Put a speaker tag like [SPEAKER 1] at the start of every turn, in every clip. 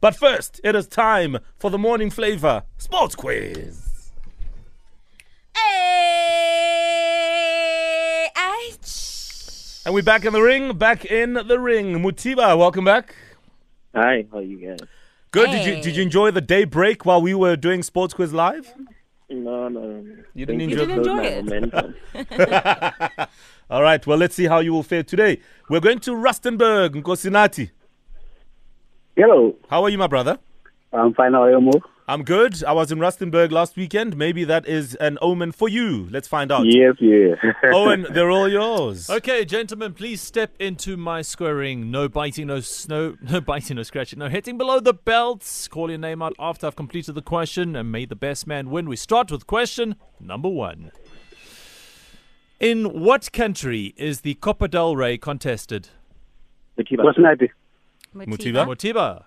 [SPEAKER 1] But first, it is time for the morning flavor sports quiz.
[SPEAKER 2] Hey, ouch.
[SPEAKER 1] And we're back in the ring, back in the ring. Mutiba, welcome back.
[SPEAKER 3] Hi, how you guys?
[SPEAKER 1] Good. Did
[SPEAKER 2] Hey.
[SPEAKER 1] you did you enjoy the day break while we were doing sports quiz live?
[SPEAKER 3] No, no.
[SPEAKER 1] You didn't
[SPEAKER 3] Thank
[SPEAKER 1] enjoy-
[SPEAKER 3] for
[SPEAKER 2] You didn't
[SPEAKER 3] my
[SPEAKER 2] enjoy it?
[SPEAKER 3] momentum.
[SPEAKER 1] All right. Well, let's see how you will fare today. We're going to Rustenburg, Nkosinati.
[SPEAKER 3] Hello,
[SPEAKER 1] How are you, my brother?
[SPEAKER 3] I'm fine. How are you, Mo?
[SPEAKER 1] I'm good. I was in Rustenburg last weekend. Maybe that is an omen for you. Let's find out.
[SPEAKER 3] Yes, yes.
[SPEAKER 1] Owen, they're all yours.
[SPEAKER 4] Okay, gentlemen, please step into my squaring. No biting, no snow, no biting, no scratching, no hitting below the belts. Call your name out after I've completed the question, and may the best man win. We start with question number one. In what country is the Copa del Rey contested?
[SPEAKER 3] What's not
[SPEAKER 1] Mutiba.
[SPEAKER 4] Motiba.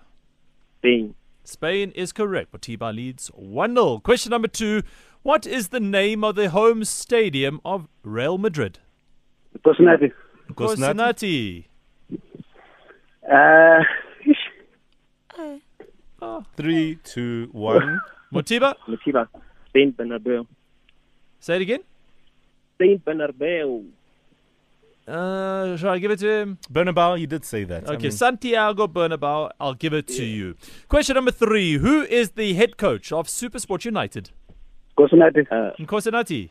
[SPEAKER 3] thing?
[SPEAKER 4] Spain is correct. Motiba leads 1 0. Question number two. What is the name of the home stadium of Real Madrid?
[SPEAKER 3] What's not it?
[SPEAKER 1] Kosinati.
[SPEAKER 4] Cosinati.
[SPEAKER 3] Uh,
[SPEAKER 1] Three, two, one.
[SPEAKER 4] Motiba,
[SPEAKER 3] Mutiba. Saint Bernabeu.
[SPEAKER 4] say it again.
[SPEAKER 3] Saint Bernabeu.
[SPEAKER 4] Uh, shall I give it to him?
[SPEAKER 1] Bernabeu, you did say that. I
[SPEAKER 4] Okay,
[SPEAKER 1] mean,
[SPEAKER 4] Santiago Bernabeu. I'll give it to you. Question number three: Who is the head coach of SuperSport United?
[SPEAKER 3] What's not it? Uh,
[SPEAKER 4] Nkosinati.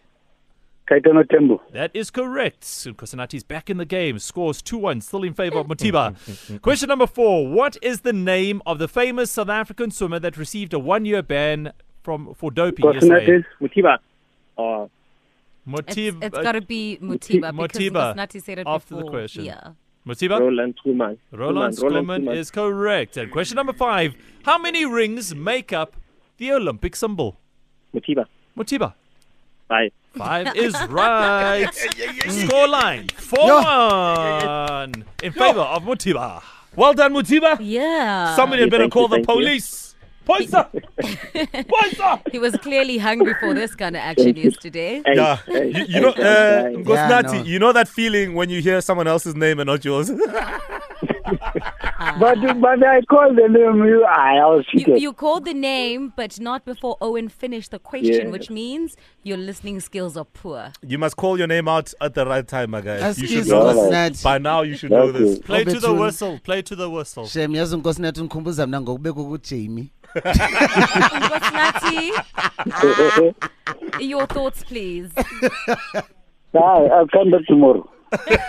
[SPEAKER 3] Kaitano Tembo.
[SPEAKER 4] That is correct. Nkosinati's back in the game. Scores two one, still in favour of Motiba. Question number four: What is the name of the famous South African swimmer that received a one-year ban from for doping
[SPEAKER 3] What's not
[SPEAKER 4] yesterday?
[SPEAKER 3] it? Mutiba. Uh,
[SPEAKER 2] It's,
[SPEAKER 4] Motiba. uh,
[SPEAKER 2] it's got to be Mutiba
[SPEAKER 4] Motiba.
[SPEAKER 2] because Nati said it
[SPEAKER 4] After the
[SPEAKER 2] before.
[SPEAKER 4] question.
[SPEAKER 2] Yeah.
[SPEAKER 4] Motiba.
[SPEAKER 3] Roland Truman.
[SPEAKER 4] Roland Skolman is correct. And question number five How many rings make up the Olympic symbol?
[SPEAKER 3] Mutiba.
[SPEAKER 4] Motiba.
[SPEAKER 3] Bye.
[SPEAKER 4] Five is right. Score line 4 1 in favor of Motiba.
[SPEAKER 1] well done, Mutiba.
[SPEAKER 2] Yeah.
[SPEAKER 1] Somebody had better
[SPEAKER 3] Thank you,
[SPEAKER 1] call the
[SPEAKER 3] thank you.
[SPEAKER 1] police. Poisa! Poisa!
[SPEAKER 2] He was clearly hungry for this kind of action yesterday.
[SPEAKER 3] Hey,
[SPEAKER 1] Yeah,
[SPEAKER 3] hey,
[SPEAKER 1] you, you
[SPEAKER 3] hey,
[SPEAKER 1] know,
[SPEAKER 3] hey,
[SPEAKER 1] uh,
[SPEAKER 3] hey.
[SPEAKER 1] Ngosnati,
[SPEAKER 5] Yeah, no.
[SPEAKER 1] you know that feeling when you hear someone else's name and not yours.
[SPEAKER 3] But but I called the name. You, I, I was
[SPEAKER 2] You,
[SPEAKER 3] cheated.
[SPEAKER 2] you called the name, but not before Owen finished the question,
[SPEAKER 3] Yeah.
[SPEAKER 2] which means your listening skills are poor.
[SPEAKER 1] you must call your name out at the right time, my guy. You should
[SPEAKER 3] is
[SPEAKER 1] know
[SPEAKER 3] Ngosnati.
[SPEAKER 1] this.
[SPEAKER 5] nkosinati
[SPEAKER 1] By now, you should know this.
[SPEAKER 3] Okay.
[SPEAKER 4] Play to the
[SPEAKER 5] Obethune.
[SPEAKER 4] whistle. Play to the whistle.
[SPEAKER 5] shem yazi unkosinati undikhumbuza mna ngokubekho kujamie
[SPEAKER 2] Nati, your thoughts, please.
[SPEAKER 3] Bye. I'll come back tomorrow.
[SPEAKER 1] Because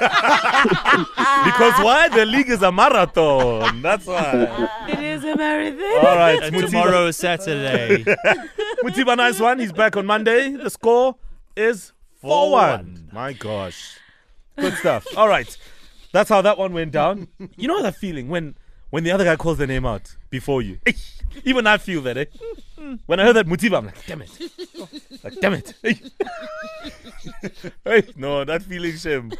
[SPEAKER 1] why? The league is a marathon. That's why.
[SPEAKER 2] It is a marathon.
[SPEAKER 1] All right,
[SPEAKER 4] And
[SPEAKER 1] Mutiba.
[SPEAKER 4] tomorrow is Saturday.
[SPEAKER 1] Mutiba, nice one. He's back on Monday. The score is 4 1.
[SPEAKER 4] 4-1.
[SPEAKER 1] My gosh. Good stuff. All right. That's how that one went down. You know that feeling when when the other guy calls the name out before you? Eh, Even I feel that, eh? When I heard that Mutiba, I'm like, damn it. Like, damn it. Eh. Hey, no, that feeling, Shem.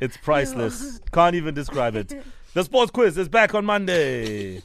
[SPEAKER 1] It's priceless. Can't even describe it. The sports quiz is back on Monday.